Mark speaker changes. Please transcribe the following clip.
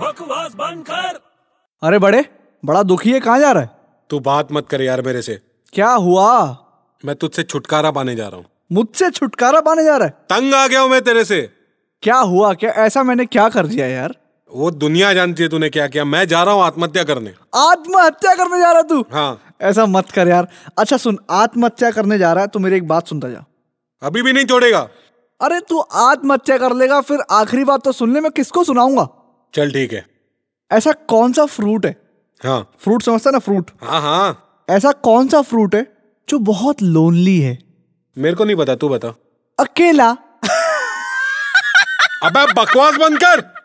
Speaker 1: बकवास बंद कर
Speaker 2: अरे बड़े बड़ा दुखी है कहाँ जा रहा है
Speaker 3: तू बात मत कर यार मेरे से
Speaker 2: क्या हुआ
Speaker 3: मैं तुझसे छुटकारा पाने जा रहा हूँ
Speaker 2: मुझसे छुटकारा पाने जा रहा है
Speaker 3: तंग आ गया हूँ मैं तेरे से
Speaker 2: क्या हुआ क्या ऐसा मैंने क्या कर दिया यार
Speaker 3: वो दुनिया जानती है तूने क्या किया मैं जा रहा हूँ आत्महत्या करने
Speaker 2: आत्महत्या करने जा रहा है तू
Speaker 3: हाँ
Speaker 2: ऐसा मत कर यार अच्छा सुन आत्महत्या करने जा रहा है तो मेरी एक बात सुनता जा
Speaker 3: अभी भी नहीं छोड़ेगा
Speaker 2: अरे तू आत्महत्या कर लेगा फिर आखिरी बात तो सुन ले मैं किसको सुनाऊंगा
Speaker 3: चल ठीक है
Speaker 2: ऐसा कौन सा फ्रूट है
Speaker 3: हाँ
Speaker 2: फ्रूट समझता है ना फ्रूट
Speaker 3: हाँ हाँ
Speaker 2: ऐसा कौन सा फ्रूट है जो बहुत लोनली है
Speaker 3: मेरे को नहीं पता तू बता
Speaker 2: अकेला
Speaker 3: अबे बकवास बंद कर